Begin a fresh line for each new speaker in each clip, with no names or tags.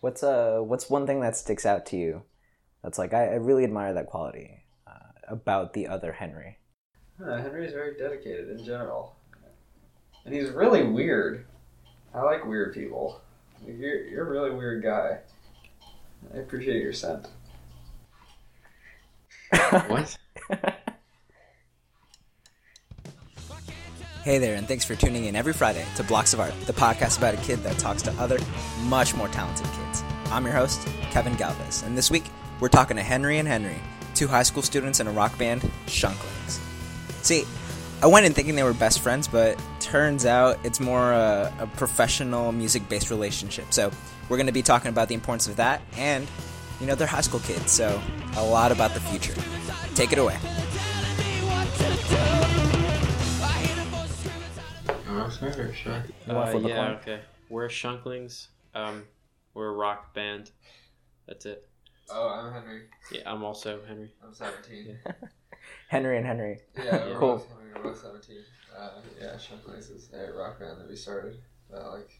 What's uh what's one thing that sticks out to you? That's like I, I really admire that quality uh, about the other Henry.
Uh, Henry's very dedicated in general, and he's really weird. I like weird people. You're you're a really weird guy. I appreciate your scent.
What?
Hey there, and thanks for tuning in every Friday to Blocks of Art, the podcast about a kid that talks to other, much more talented kids. I'm your host, Kevin Galvez, and this week we're talking to Henry and Henry, two high school students in a rock band, Shunklings. See, I went in thinking they were best friends, but turns out it's more a, a professional music based relationship. So we're going to be talking about the importance of that, and, you know, they're high school kids, so a lot about the future. Take it away.
Oh, sure, sure.
You wanna
Uh,
flip a
yeah,
coin?
okay. We're Shunklings. Um, we're a rock band. That's it.
Oh, I'm Henry.
Yeah, I'm also Henry.
I'm 17.
Henry and Henry.
Yeah,
Yeah.
we're
Cool.
both, we were both 17. Uh, yeah, Sean Place is a rock band that we started about like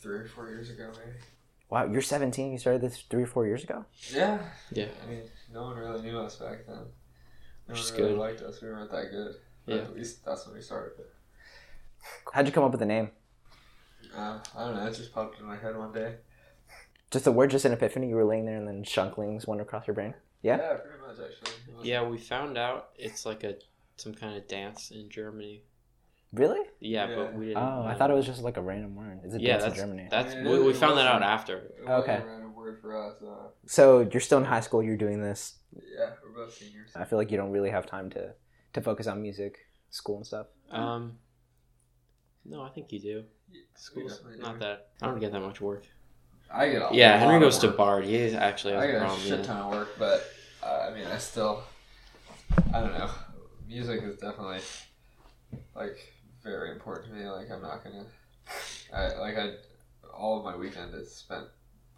three or four years ago, maybe.
Wow, you're 17. You started this three or four years ago.
Yeah.
Yeah.
I mean, no one really knew us back then. No
Which is
one really
good.
liked us. We weren't that good. But
Yeah.
At least that's when we started. But,
How'd you come up with the name?
uh, I don't know. It just popped in my head one day.
Just the word, just an epiphany. You were laying there, and then shunklings went across your brain. Yeah?
pretty much actually. It was-
Yeah, we found out it's like a some kind of dance in Germany.
Really?
Yeah,
Yeah.
but we didn't.
Oh, I
know.
thought it was just like a random word. Is it
Yeah,
dance in
that's
Germany?
that's
Yeah,
we, we
it
found that out
wasn't-
after.
It wasn't
Okay.
a random word for us. Uh,
So you're still in high school. You're doing this.
yeah, we're both seniors.
I feel like you don't really have time to to focus on music, school, and stuff.
Um, no, I think you do. School's
definitely do.
not that. I don't get that much work.
I get a
Yeah, Henry
lot of
goes to
work.
Bard. He is actually has
I
a
got a
problem.
shit
yeah.
ton of work, but uh, I mean, I still, I don't know. Music is definitely like very important to me. Like, I'm not gonna, I like I, all of my weekend is spent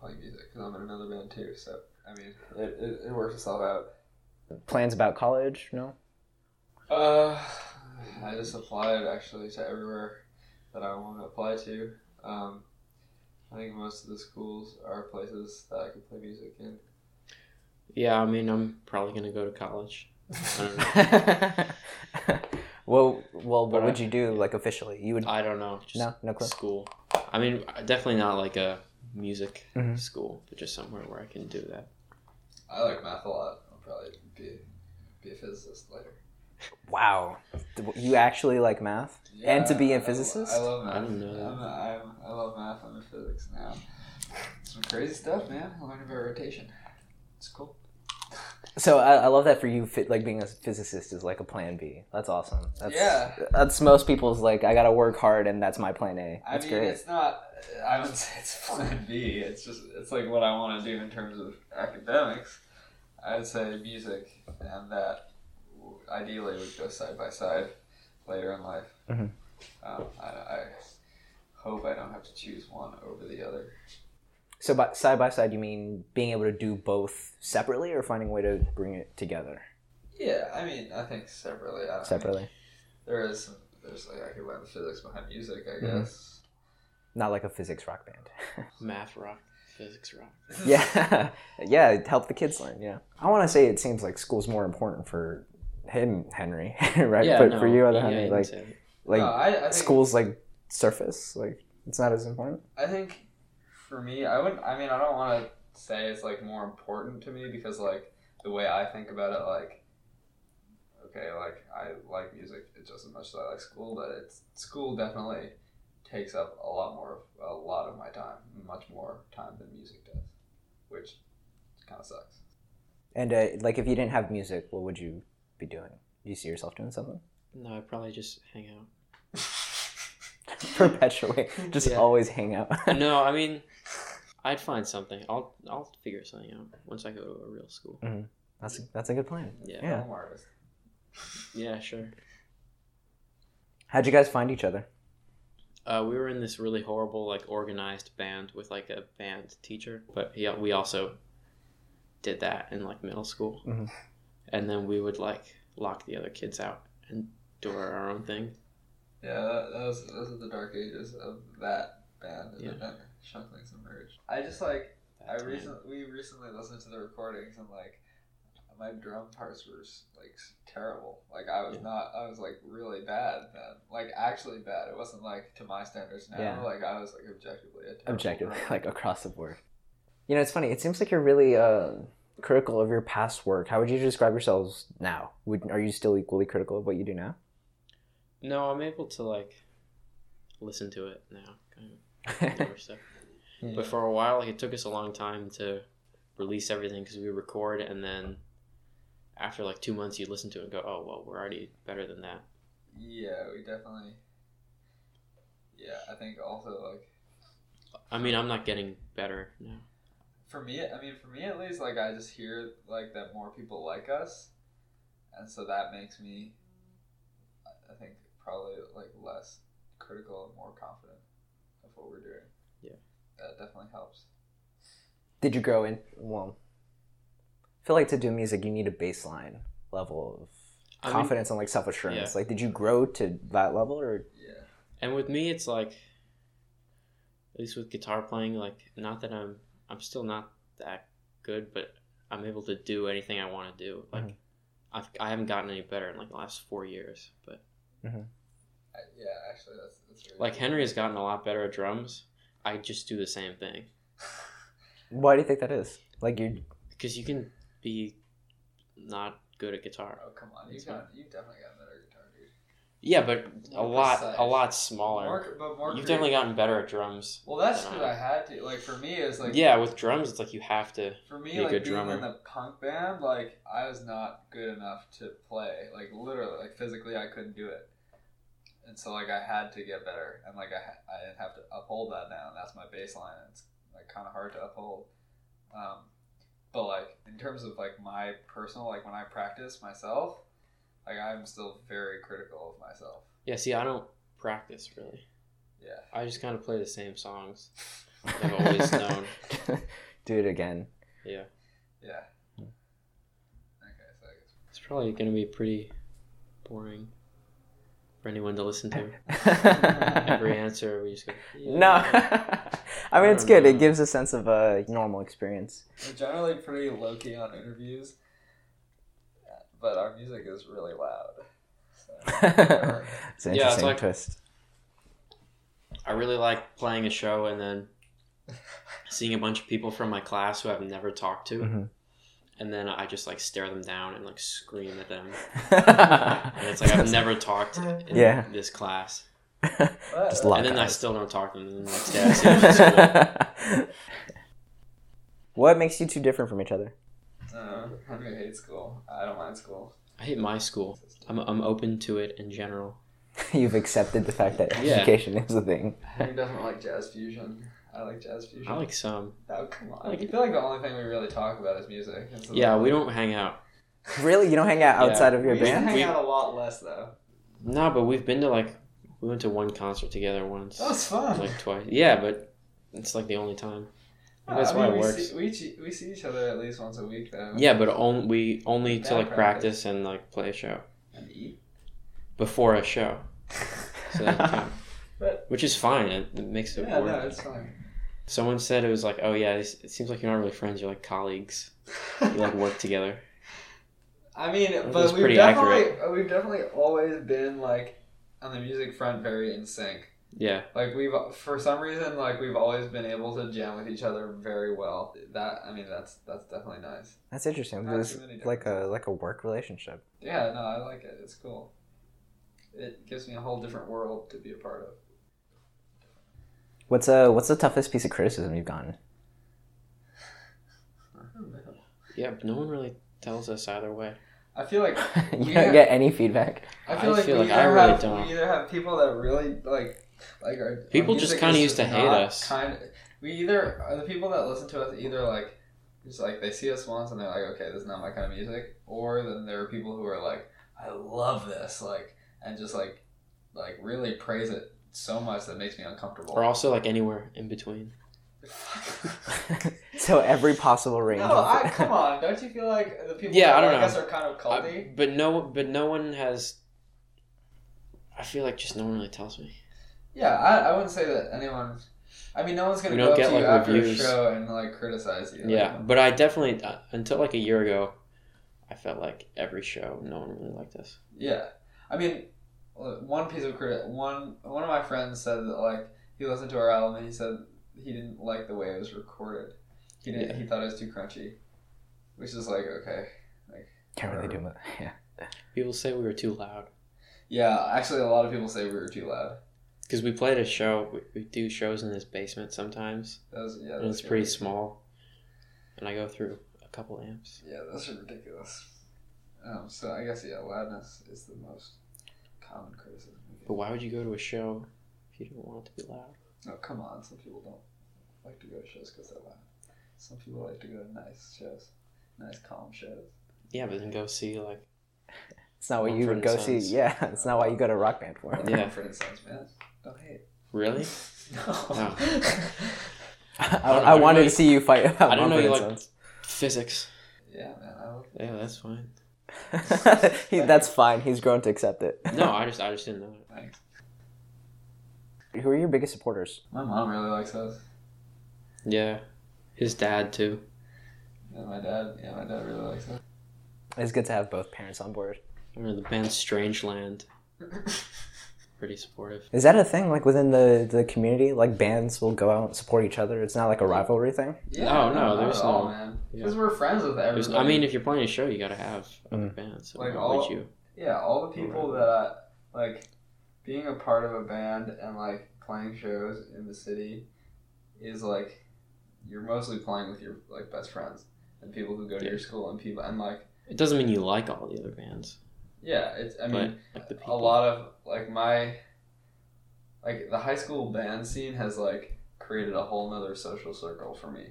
playing music because I'm in another band too. So I mean, it, it, it works itself out.
Plans about college? No.
Uh, I just applied actually to everywhere that I want to apply to. Um, I think most of the schools are places that I can play music in.
Yeah, I mean, I'm probably gonna go to college. I don't know.
well, well, what
But I-
would you do like officially? You would
I don't know. Just
no, no clue.
school. I mean, definitely not like a music
Mhm.
school, but just somewhere where I can do that.
I like math a lot. I'll probably be be a physicist later.
Wow, you actually like math? And to be a
I lo-
physicist?
I love math.
I didn't know that.
I'm, a, I'm, I love math. I'm in physics now. Some crazy stuff, man. I learned about rotation. It's cool.
So I, I love that for you. Fit, like being a physicist is like a plan B. That's awesome. That's,
Yeah.
that's most people's. Like I gotta work hard, and that's my plan A.
I
That's
mean,
great.
it's not. I would say it's plan B. It's just it's like what I want to do in terms of academics. I'd say music and that w- ideally would go side by side later in life.
Mhm.
Um, I, I hope I don't have to choose one over the other.
So by, side by side, you mean being able to do both separately, or finding a way to bring it together
Yeah, I mean, I think separately. I, I mean,
separately?
there is some, there's like I could learn the physics behind music, I
Mhm.
guess.
Not like a physics rock band.
Math rock, physics rock.
yeah, yeah. Help the kids learn. Yeah. I want to say it seems like school's more important for him, Henry, right? but for you, other Henry,
you can
like
say it.
like
No, I, I think,
school's like surface. Like it's not as important.
I think for me, I wouldn't. I mean, I don't want to say it's like more important to me because like the way I think about it, like okay, like I like music just as much as I like school, but it's school definitely takes up a lot more, of- a lot of my time, much more time than music does, which kind of sucks.
And uh, like, if you didn't have music, what would you be doing? Do you see yourself doing something
no, I probably just hang out.
perpetually? Just
Yeah.
always hang out.
no, I mean, I'd find something. I'll I'll figure something out once I go to a real school.
that's that's a good plan.
Yeah, yeah,
Yeah.
Film artist.
sure.
How'd you guys find each other?
Uh, we were in this really horrible like organized band with like a band teacher, but yeah, we also did that in like middle school,
Mhm.
and then we would like lock the other kids out and do our own thing.
Yeah, that, that was those are the dark ages of that band. and
Yeah.
then- Shucklings emerged. I just like I recently we recently listened to the recordings and like my drum parts were s- like s- terrible. Like I was
Yeah.
not. I was like really bad then. Like actually bad. It wasn't like to my standards now.
Yeah.
Like I was like objectively a terrible
objectively,
drummer.
like across the board. You know, it's funny. It seems like you're really uh, critical of your past work. How would you describe yourselves now? Would are you still equally critical of what you do now?
No, I'm able to like listen to it now, kind of. newer stuff.
Yeah.
But for a while, like, it took us a long time to release everything because we record and then after like two months, you listen to it and go, "Oh well, we're already better than that."
Yeah, we definitely. Yeah, I think also like
I mean, I'm not getting better now.
for me, I mean, for me at least, like I just hear like that more people like us, and so that makes me, I- I think, probably like less critical and more confident of what we're doing.
Yeah.
that definitely helps.
Did you grow in? Well, I feel like to do music, you need a baseline level
I
of
mean-
confidence and like self assurance. Like, did you grow to that level, or
Yeah,
And with me, it's like, at least with guitar playing, like not that I'm I'm still not that good, but I'm able to do anything I want to do. Like
Mhm.
I've, I haven't gotten any better in like the last four years, but
I, yeah. Actually, that's that's really
like Henry has gotten a lot better at drums. I just do the same thing
why do you think that is? Like, you
because you can be not good at guitar.
Oh come on, you
That's
got you definitely got better guitar, dude.
Yeah, but a
More
lot
precise.
a lot smaller.
More, but more.
You've
creative.
definitely gotten better at drums.
Well, that's
than
because
I
I had to. Like for me, it's like
yeah, with drums, it's like you have to.
For me,
Be a
like
good
being
drummer.
in the punk band, like I was not good enough to play. Like literally, like physically, I couldn't do it. And so, like I had to get better, and like I ha- I didn't have to uphold that now. And that's my baseline. and It's like kind of hard to uphold. Um, but like in terms of like my personal, like when I practice myself, like I'm still very critical of myself.
Yeah, see, I don't practice really.
Yeah.
I just kind of play the same songs. I've always known.
do it again.
Yeah.
Yeah. Okay, so I guess
It's probably going to be pretty boring for anyone to listen to. Every answer, we just go.
No,
"Yeah."
I mean
I
it's
don't
good. It
know.
gives a sense of a normal experience.
We're generally pretty low key on interviews, but our music is really loud. So.
it's an
Yeah, it's
interesting
like-
twist.
I really like playing a show and then seeing a bunch of people from my class who I've never talked to.
Mhm.
And then I just like stare them down and like scream at them. And
it's
it's like I've never talked in
Yeah.
this class.
But,
Just loud.
and then I
guys.
still don't talk to them. And the next day I see them at school.
what makes you two different from each other?
uh, Henry hates school. I don't mind school.
I hate my school. I'm, I'm open to it in general.
You've accepted the fact that
Yeah.
education is a thing.
Henry doesn't like jazz fusion. I like jazz fusion.
I like some.
oh come on!
like-
I feel like the only thing we really talk about is music. and so-
Yeah, we don't hang out.
Really, you don't hang out
Yeah.
outside of your
We
band?
hang
We-
out a lot less though.
No, but we've been to like we went to one concert together once,
That was fun.
like twice. Yeah, but it's like the only time.
Uh,
that's
I
why
mean,
it
we
works.
See, we, che- we see each other at least once a week though.
Yeah, but only we only to
Yeah,
like
practice.
practice and like play a show
And eat.
before a show. So that count.
But-
which is fine. It, it makes it
Yeah,
work.
no, it's fun.
Someone said it was like, oh yeah, this- it seems like you're not really friends. You're like colleagues. You like work together.
I mean,
was
but we've
pretty
definitely uh, we've definitely always been like on the music front very in sync.
Yeah,
Like we've for some reason like we've always been able to jam with each other very well. That I mean that's that's definitely nice.
That's interesting.
Not
There's
too many
like a like a work relationship.
Yeah, no, I like it. It's cool. It gives me a whole different world to be a part of.
What's a what's the toughest piece of criticism you've gotten?
yeah. but No one really tells us either way.
I feel like
you
we
don't
have-
get any feedback.
I feel
I
like
feel
we
like
either
I really
have
don't.
we either have people that really like like our our
People just
music
kinda
is
used to hate
not
us.
Kind we either are the people that listen to us either like just like they see us once and they're like okay this is not my kind of music or then there are people who are like I love this like and just like like really praise it so much that it makes me uncomfortable.
Or also like anywhere in between.
so every possible range.
no,
of-
I, come on! Don't you feel like the people
Yeah,
that
I don't
like
know.
us are kind of
I-
culty?
but no, but no one has. I feel like just no one really tells me.
Yeah, I, I wouldn't say that anyone I mean, no one's gonna
We
go up
don't get,
to you
like,
after
reviews.
a show and like criticize you.
Yeah, but I definitely uh, until like a year ago, I felt like every show no one really liked us.
Yeah, I mean, uh, one piece of credit. One one of my friends said that like he listened to our album and he said he didn't like the way it was recorded. He didn't.
Yeah.
He thought it was too crunchy, which is like okay.
Can't really do much. Yeah.
People say we were too loud
Yeah, actually, a lot of people say we were too loud.
because we played a show. We, we do shows in this basement sometimes,
That was yeah.
and
that's
it's pretty
good.
small. And I go through a couple amps.
Yeah, those are ridiculous. Um, so I guess yeah, loudness is the most common criticism. we get.
But why would you go to a show if you didn't want it to be loud?
Oh come on! Some people don't like to go to shows because they're loud. Some people like to go to nice shows, nice calm shows.
Yeah, but then go see like
It's not what you
Mumford
would
and
go see.
Sons.
Yeah, it's not why you go to rock band for.
Yeah.
For instance, man, don't hate.
really.
No.
I,
I don't
I wanted
know.
to see you fight. About
I don't know
Mumford
you
and
like physics.
yeah, man. I love
Yeah, that's fine.
Sons. he, that's fine. He's grown to accept it.
No, I just I just didn't know.
thanks.
Who are your biggest supporters?
My mom really likes us.
it. Yeah, his dad too.
And my dad. Yeah, my dad really likes us.
It's good to have both parents on board.
I remember the band Strangeland. Pretty supportive.
Is that a thing? Like within the the community, like bands will go out and support each other. It's not like a rivalry thing.
Yeah.
No, no,
not
there's
at all,
no-
man.
yeah.
Because we're friends with
There's-
everybody.
I mean, if you're playing a show, you gotta have other
Mm.
bands. So
Like
why
all-
would you?
yeah, all the people that I like being a part of a band and like playing shows in the city is like you're mostly playing with your like best friends and people who go to
Yeah.
your school and people and like
It doesn't mean you like all the other bands.
yeah, it's I mean
but like the people.
a lot of like my like the high school band scene has like created a whole nother social circle for me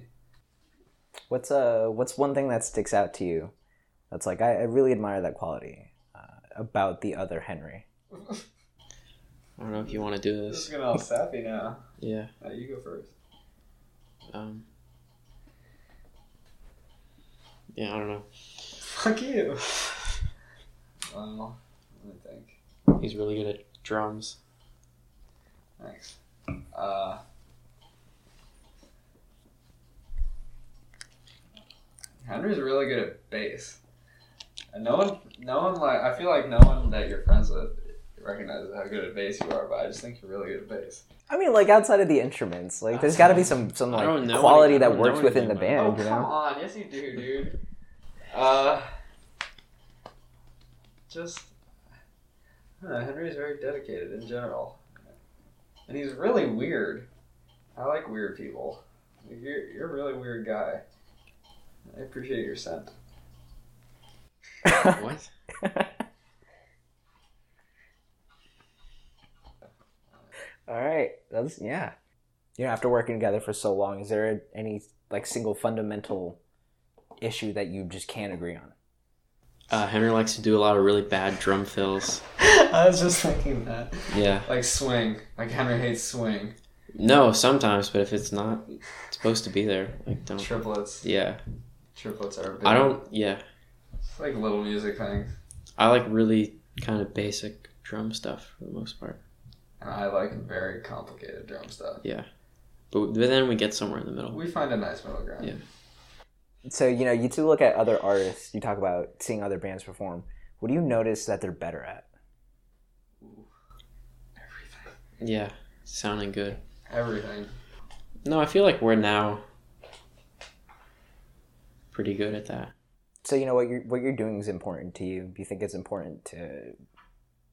What's uh What's one thing that sticks out to you? That's like I, I really admire that quality uh, about the other Henry.
I don't know if you want to do
this is
this.
gonna all sappy now
Yeah.
now you go first
Um. Yeah, I don't know.
fuck you well let me think
He's really good at drums.
thanks uh Henry's really good at bass and no one no one like I feel like no one that you're friends with recognizes how good at bass you are but I just think you're really good at bass
I mean, like outside of the instruments, like there's got to be some some
I
like
don't know
quality
any- I
that
don't
works
know
within the
anything
band.
oh,
you
come
know,
on. Yes, you do, dude. Uh, just. I don't know, Henry's very dedicated in general. And he's really weird. I like weird people. You're, you're a really weird guy. I appreciate your scent.
What?
all right, that's yeah. You know, after working together for so long, is there any like single fundamental issue that you just can't agree on?
Uh, Henry likes to do a lot of really bad drum fills.
I was just thinking that.
Yeah.
Like swing. Like Henry hates swing.
No, sometimes, but if it's not supposed to be there, like don't.
Triplets.
Yeah,
Triplets are a big.
I don't. Yeah,
It's like little music things.
I like really kind of basic drum stuff for the most part.
And I like very complicated drum stuff.
But, but then we get somewhere in the middle.
We find a nice middle ground.
Yeah.
So you know, you two look at other artists. You talk about seeing other bands perform. What do you notice that they're better at?
Yeah, sounding good.
Everything.
No, I feel like we're now pretty good at that.
So you know what you're what you're doing is important to you. Do you think it's important to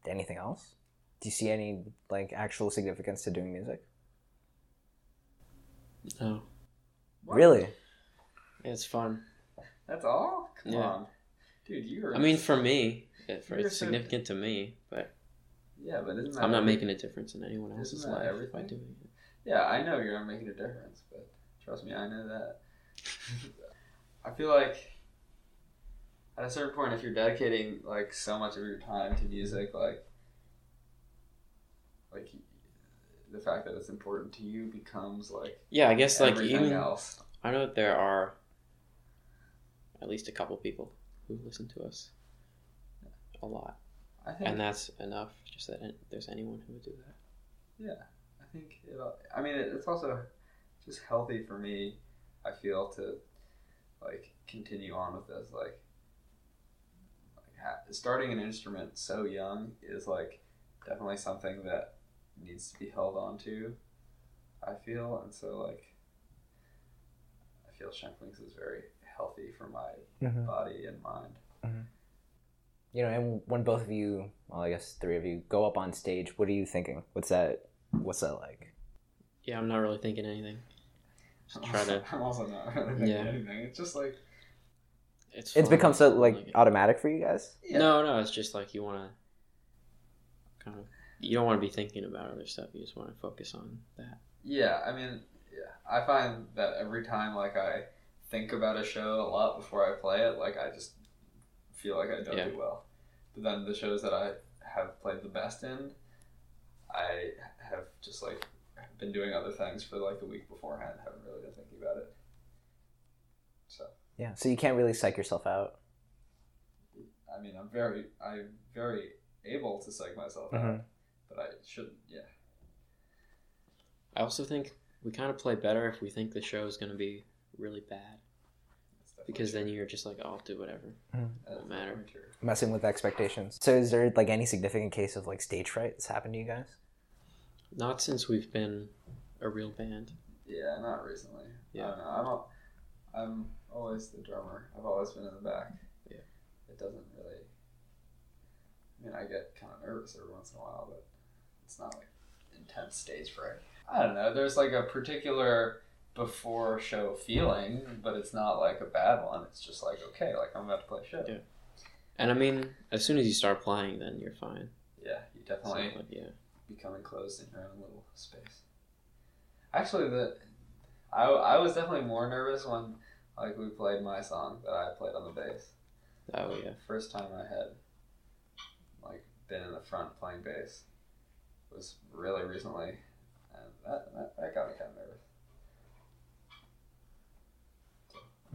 anything else? Do you see any like actual significance to doing music?
No,
What?
Really?
it's fun.
That's all? Come
Yeah.
on. Dude, you're.
I mean, for me, it, for,
You're
it's
so-
significant to me, but
yeah, but isn't that.
I'm not making a difference in anyone
Isn't
else's
that
life by
everything?
doing it.
Yeah, I know you're not making a difference, but trust me, I know that. I feel like at a certain point, if you're dedicating like so much of your time to music, like, like the fact that it's important to you becomes like
Yeah, I guess like
everything
even
else.
I know that there are at least a couple people who listen to us a lot,
I think.
and that's enough. Just that there's anyone who would do that.
yeah, I think it, I mean, it, it's also just healthy for me. I feel to like continue on with this. Like, like ha- starting an instrument so young is like definitely something that needs to be held on to. I feel, and so like, I feel Shanklinks is very healthy for my body and mind.
You know, and when both of you, well, I guess three of you, go up on stage, what are you thinking? What's that? What's that like?
Yeah, I'm not really thinking anything. Just try to.
I'm also not really thinking
Yeah.
anything. It's just like
It's,
It's
fun.
become so
Like
like
it.
automatic for you guys.
yeah.
No, no, it's just like you want to kind of. You don't want to be thinking about other stuff. You just want to focus on that.
Yeah, I mean, yeah, I find that every time like I think about a show a lot before I play it, like I just feel like I don't
Yeah.
do well. But then the shows that I have played the best in, I have just like been doing other things for like the week beforehand. Haven't really been thinking about it. So
Yeah. So you can't really psych yourself out.
I mean, I'm very, I'm very able to psych myself
Uh-huh.
out, but I shouldn't. Yeah.
I also think we kind of play better if we think the show is going to be really bad
That's definitely
because
true.
then you're just like, oh, I'll do whatever.
That's
won't matter.
definitely true.
Messing with expectations. So is there like any significant case of like stage fright that's happened to you guys?
Not since we've been a real band.
Yeah, not recently.
Yeah.
I don't know. I'm, al- I'm always the drummer. I've always been in the back.
Yeah.
It doesn't really. I mean, I get kind of nervous every once in a while, but it's not like intense stage fright. I don't know. There's like a particular before show feeling, but it's not like a bad one. It's just like okay, like I'm about to play a show.
Yeah. And I mean, as soon as you start playing, then you're fine.
Yeah, you
So,
definitely
like, yeah.
become enclosed in your own little space. Actually, the I, I was definitely more nervous when like we played my song that I played on the bass.
Oh, yeah.
First time I had like been in the front playing bass was really recently, and that that, that got me kind of nervous.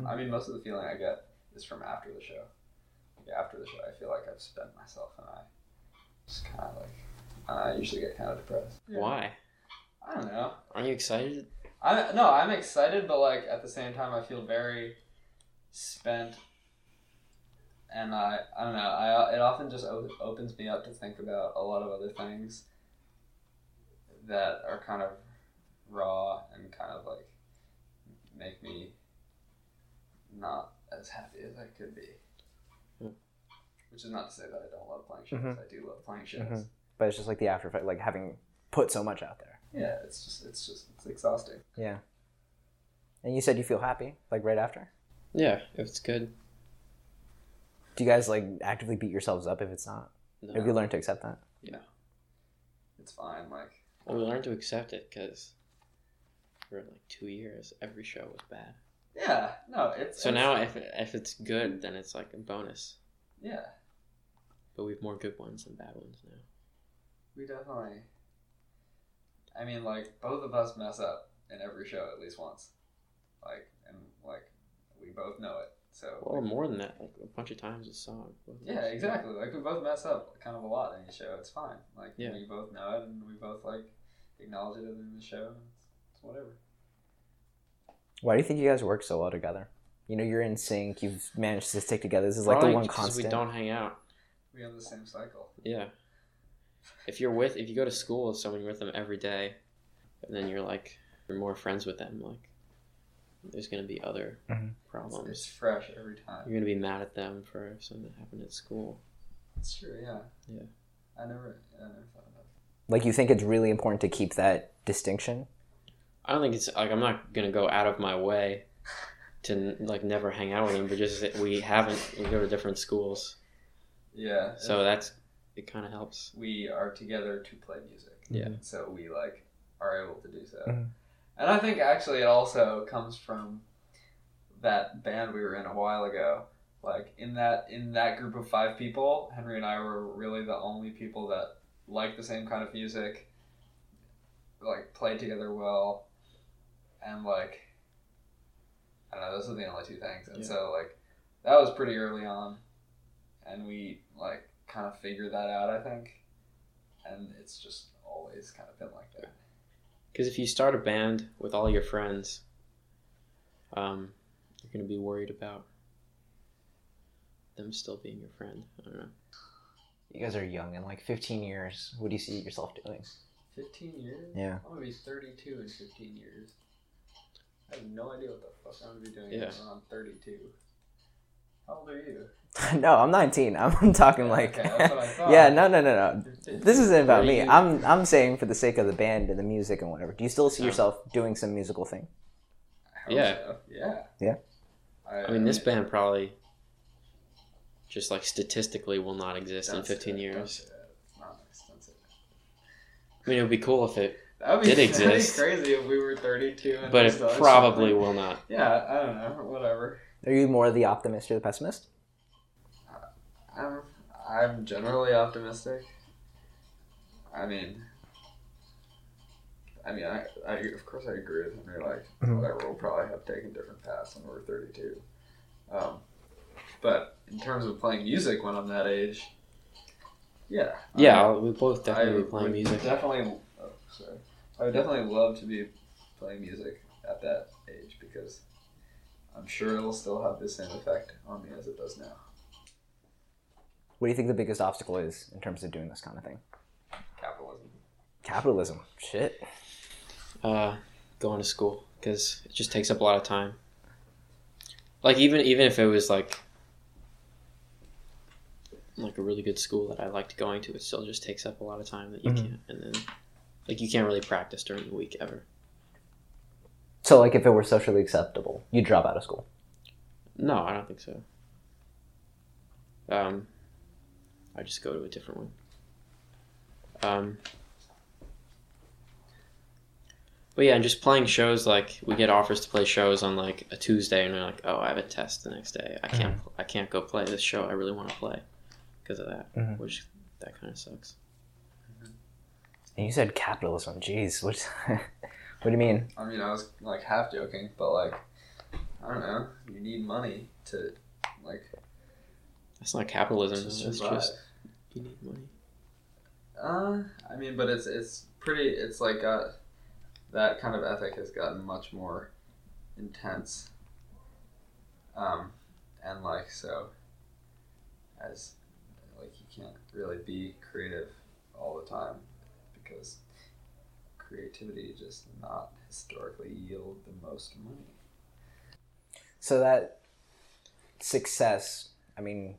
I mean, most of the feeling I get is from after the show. Like, after the show, I feel like I've spent myself, and I just kind of like I usually get kind of depressed.
Why?
I don't know.
Aren't you excited?
I no, I'm excited, but like at the same time, I feel very spent, and I I don't know. I it often just o- opens me up to think about a lot of other things that are kind of raw and kind of like make me not as happy as I could be.
Hmm.
Which is not to say that I don't love playing shows. I do love playing shows.
Mhm. But it's just like the after effect, like having put so much out there.
Yeah, it's just it's just it's exhausting.
Yeah. And you said you feel happy like right after.
Yeah, if it's good.
Do you guys like actively beat yourselves up if it's not?
No.
Have you learned to accept that?
It's fine. Like
Well, we learned to accept it because for like two years, every show was bad.
yeah, no, it's
So
it's-
now, if, if it's good, then it's like a bonus.
Yeah,
But we have more good ones than bad ones now.
we definitely. I mean, like both of us mess up in every show at least once, like and like we both know it. So
Well, more than that, like a bunch of times a song. wasn't it?
yeah, exactly. Like we both mess up kind of a lot in each show. It's fine. Like
Yeah.
we both know it, and we both like acknowledge it in the show. and It's, it's whatever.
Why do you think you guys work so well together? You know, you're in sync. You've managed to stick together. This is like
Probably
the one
because
constant.
we don't hang out.
We on the same cycle.
Yeah. If you're with, if you go to school with someone, you're with them every day, and then you're like, you're more friends with them. Like, there's gonna be other
Mhm.
It's,
problems.
it's fresh every time.
You're gonna be mad at them for something that happened at school.
It's true. Yeah.
Yeah.
I never, I never thought about it.
Like you think it's really important to keep that distinction.
I don't think it's like I'm not gonna go out of my way to n- like never hang out with them, but just that we haven't. We go to different schools,
Yeah.
so that's it. Kind of helps.
we are together to play music.
Yeah. Mm-hmm.
So we like are able to do so.
Mhm.
And I think actually it also comes from that band we were in a while ago. Like in that in that group of five people, Henry and I were really the only people that liked the same kind of music, like played together well, and like I don't know, those are the only two things. And
Yeah.
so like that was pretty early on, and we like kind of figured that out, I think, and it's just always kind of been like that.
Because if you start a band with all your friends, um, you're gonna be worried about them still being your friend. I don't know.
You guys are young. In like 15 years, what do you see yourself doing?
Fifteen years?
Yeah.
I'm gonna be thirty-two in fifteen years. I have no idea what the fuck I'm gonna be doing
Yeah.
when I'm thirty-two. How old are you?
no, I'm 19. I'm, I'm talking like.
Okay, that's what I thought.
yeah, no, no, no, no. This isn't about me.
Thirty.
I'm I'm saying for the sake of the band and the music and whatever. Do you still see
Oh.
yourself doing some musical thing?
Hell
Yeah.
so. Yeah.
Yeah.
I mean, this band probably just like statistically will not exist in
Don't say
15
that, don't
years.
say that. It's not nice, don't say that.
I mean, it would be cool if it,
That would be,
Did
that'd be
exist.
crazy if we were 32 and
but
just
it
started
probably
something.
will not.
Yeah, I don't know. Whatever.
Are you more the optimist or the pessimist?
I'm, I'm generally optimistic. I mean, I mean, I, I of course I agree with Henry. Like,
Mhm.
whatever, we'll probably have taken different paths when we're 32. Um, but in terms of playing music when I'm that age, yeah, I
Yeah, we both definitely
I
be playing
would
music.
Definitely. Oh, sorry. I would definitely love to be playing music at that age because I'm sure it'll still have the same effect on me as it does now.
What do you think the biggest obstacle is in terms of doing this kind of thing?
Capitalism.
Capitalism. Shit.
uh, going to school because it just takes up a lot of time. Like even even if it was like like a really good school that I liked going to, it still just takes up a lot of time that you
Mhm.
can't and then like you can't really practice during the week ever.
So like if it were socially acceptable, you'd drop out of school.
No, I don't think so. Um, I just go to a different one. Um, but yeah, and just playing shows like we get offers to play shows on like a Tuesday, and we're like, oh, I have a test the next day. I can't, I can't go play this show. I really want to play because of that,
Mhm.
which that kind of sucks.
And you said capitalism. Jeez, what? what do you mean?
I mean, I was like half joking, but like, I don't know. You need money to like
That's not capitalism.
to
It's
survive.
just you need money.
Uh, I mean, but it's it's pretty. It's like got that kind of ethic has gotten much more intense. Um, and like so, as like you can't really be creative all the time because creativity just not historically yield the most money.
So that success, I mean,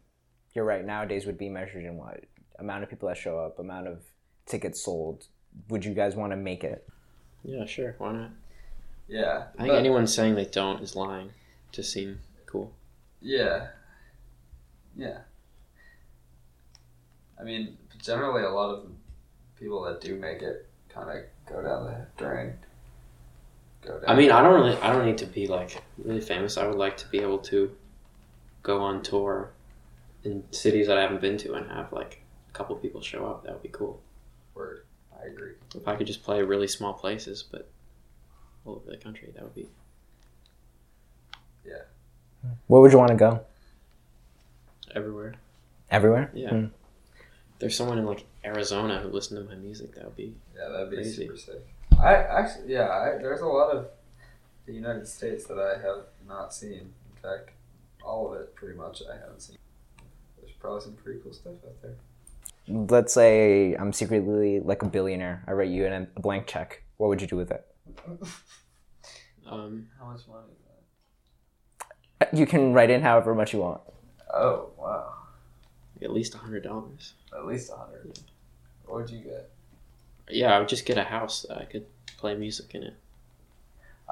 you're right. Nowadays would be measured in what amount of people that show up, amount of tickets sold. Would you guys want to make it?
Yeah, sure. Why not?
Yeah,
I think
but-
anyone saying they don't is lying to seem cool.
Yeah. Yeah. I mean, generally, a lot of the people that do make it kind of go down the drain. Go down.
I mean, I don't really, I don't need to be like really famous. I would like to be able to go on tour in cities that I haven't been to and have like a couple people show up. That would be cool.
Word. I agree.
If I could just play really small places, but all over the country, that would be.
Where would you want to go?
Everywhere.
Everywhere.
Yeah.
Hmm.
There's someone in like Arizona who listened to my music. That would be.
Yeah, that'd be
Crazy.
super sick. I actually, yeah, I, there's a lot of the United States that I have not seen. In fact, all of it pretty much I haven't seen. There's probably some pretty cool stuff out there.
Let's say I'm secretly like a billionaire. I write you an- a blank check. What would you do with it?
Um,
How much money is that?
You can write in however much you want.
Oh, wow.
at least a hundred dollars.
At least a 100. What would you get?
Yeah, I would just get a house that I could play music in it.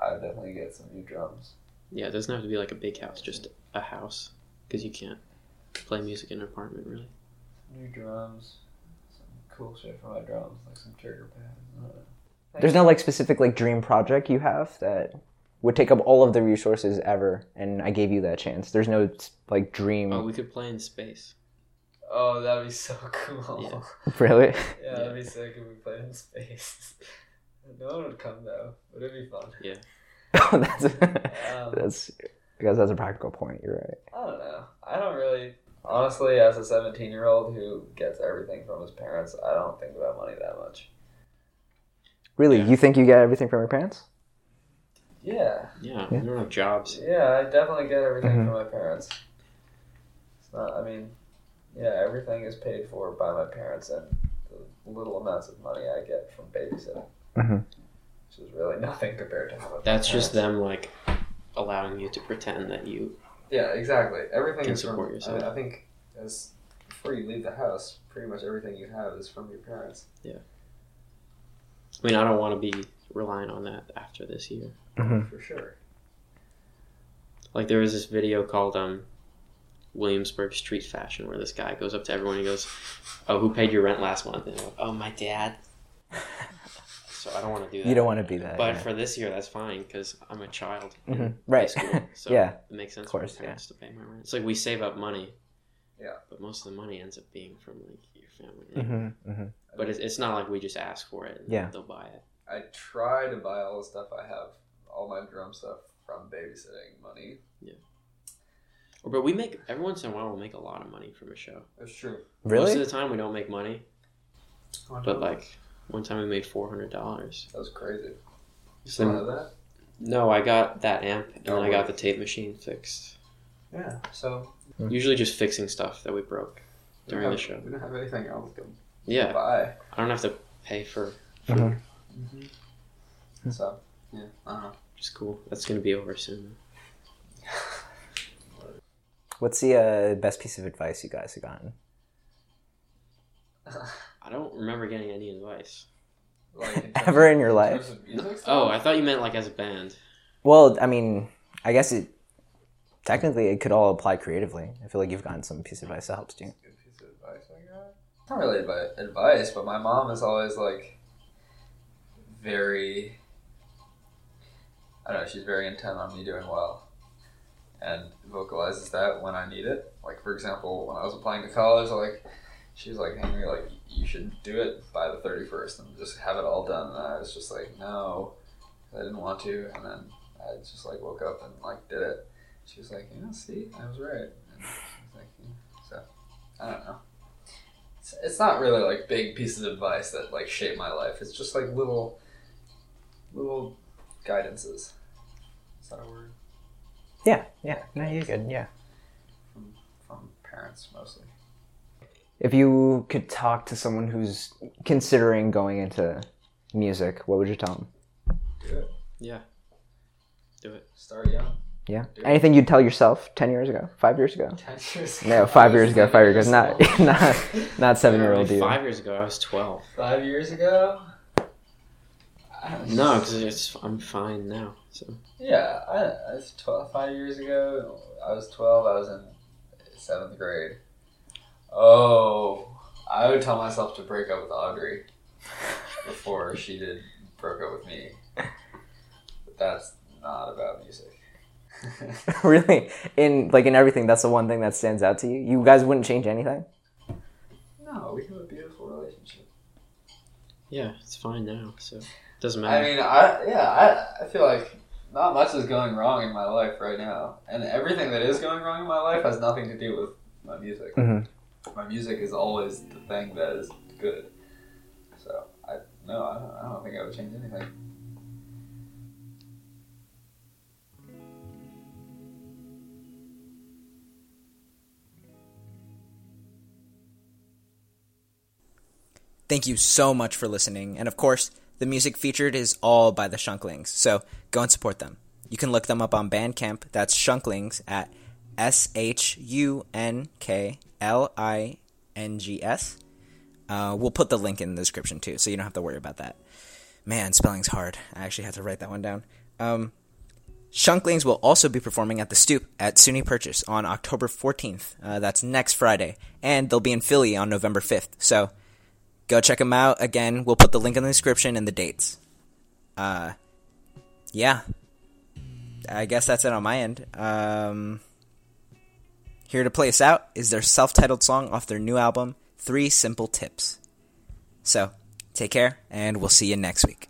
I would definitely get some new drums.
Yeah, it doesn't have to be like a big house, just a house, because you can't play music in an apartment really.
New drums, some cool shit for my drums, like some trigger pads.
There's no like specific like dream project you have that would take up all of the resources ever, and I gave you that chance. There's no like dream,
Oh, we could play in space.
Oh, that'd be so cool.
really.
Yeah, that'd be sick if we played in space. no one would come though, but it'd be fun.
oh, that's
Um,
that's. I guess that's a practical point. You're right.
I don't know. I don't really. Honestly, as a 17 year old who gets everything from his parents, I don't think about money that much.
Really, you think you get everything from your parents?
Yeah,
Yeah, we don't have jobs.
yeah, I definitely get everything
Mhm.
from my parents. It's not. I mean, yeah, everything is paid for by my parents, and the little amounts of money I get from babysitting,
Mhm.
which is really nothing compared to how much. my
That's just
parents-
them like allowing you to pretend that you.
Yeah, exactly. Everything
Can
is
support
from.
yourself.
I, I think as before you leave the house, pretty much everything you have is from your parents.
I mean, I don't want to be relying on that after this year.
Mm-hmm.
For sure.
Like there was this video called um, Williamsburg Street Fashion, where this guy goes up to everyone and goes, "Oh, who paid your rent last month?" And they're like, "Oh, my dad." So I don't want to do that.
You don't want to be that.
But
yeah.
for this year, that's fine because I'm a child. in
Mhm,
high
Right.
school, so
Yeah.
it makes sense
Of
for my
course, yeah.
parents to pay my rent. It's like we save up money.
Yeah.
But most of the money ends up being from like your family. right?
hmm hmm
But it's, it's not like we just ask for it. And
Yeah.
They'll buy it.
I try to buy all the stuff I have, all my drum stuff from babysitting money.
Or, but we make every once in a while we'll make a lot of money from a show.
It's true.
Most
Really?
of the time we don't make money, but like one time we made four hundred dollars.
that was crazy. You
So-
still have that?
No, I got that amp and
Oh,
then I got
wow.
the tape machine fixed.
Yeah. So
Hmm.
Usually just fixing stuff that we broke
we
during
don't
the
have-
show.
we don't have anything else to
Yeah,
buy.
I don't have to pay for. food.
Mhm. Mm-hmm.
So yeah, I don't know.
It's cool. That's gonna be over soon.
What's the uh, best piece of advice you guys have gotten?
I don't remember getting any advice.
Like in terms
Ever in your
of- in
life?
terms of music stuff?
Oh, I thought you meant like as a band.
Well, I mean, I guess it technically it could all apply creatively. I feel like you've gotten some piece of advice that helps you.
Good piece of advice I got. It's Not really advi- advice, but my mom is always like very. I don't know. She's very intent on me doing well, and vocalizes that when I need it. Like for example, when I was applying to college, like she was like, "Henry, like you should do it by the thirty first and just have it all done." And I was just like, "No," 'cause I didn't want to, and then I just like woke up and like did it. She was like, "Yeah, see, I was right." And she was like, "Yeah." So I don't know. It's, it's not really like big pieces of advice that like shape my life. It's just like little, little guidances. Is that a word
Yeah, yeah. No, you're good. Yeah.
from parents mostly?
If you could talk to someone who's considering going into music, what would you tell them?
Do it.
Yeah.
Start young.
Yeah.
Dude.
Anything you'd tell yourself ten years ago, five years ago?
Ten years.
No,
ago.
five years ago, five years ago, not
Yourself.
not not seven year
Like
old you.
five years ago, I was twelve.
Five years ago. I was just-
No, because it's I'm fine now. So
Yeah, I, I was 12, five years ago. I was 12, I was in seventh grade. Oh, I would tell myself to break up with Audrey before she did broke up with me. But that's not about music.
really, in like in everything, that's the one thing that stands out to you. You guys wouldn't change anything.
no, we have a beautiful relationship.
yeah, it's fine now. So doesn't
I
matter.
mean, I yeah, I, I feel like not much is going wrong in my life right now. And everything that is going wrong in my life has nothing to do with my music.
Mhm.
my music is always the thing that is good. So I no, I don't, I don't think I would change anything.
Thank you so much for listening. And of course, the music featured is all by the Shunklings, so go and support them. You can look them up on Bandcamp. That's Shunklings at S H U N K L I N G S. Uh, we'll put the link in the description too, so you don't have to worry about that. Man, spelling's hard. I actually had to write that one down. Um, Shunklings will also be performing at the Stoop at SUNY Purchase on October 14th. Uh, that's next Friday. And they'll be in Philly on November 5th. So go check them out. Again, we'll put the link in the description and the dates. Uh, yeah. I guess that's it on my end. Um, here to play us out is their self titled song off their new album, Three Simple Tips. So take care, and we'll see you next week.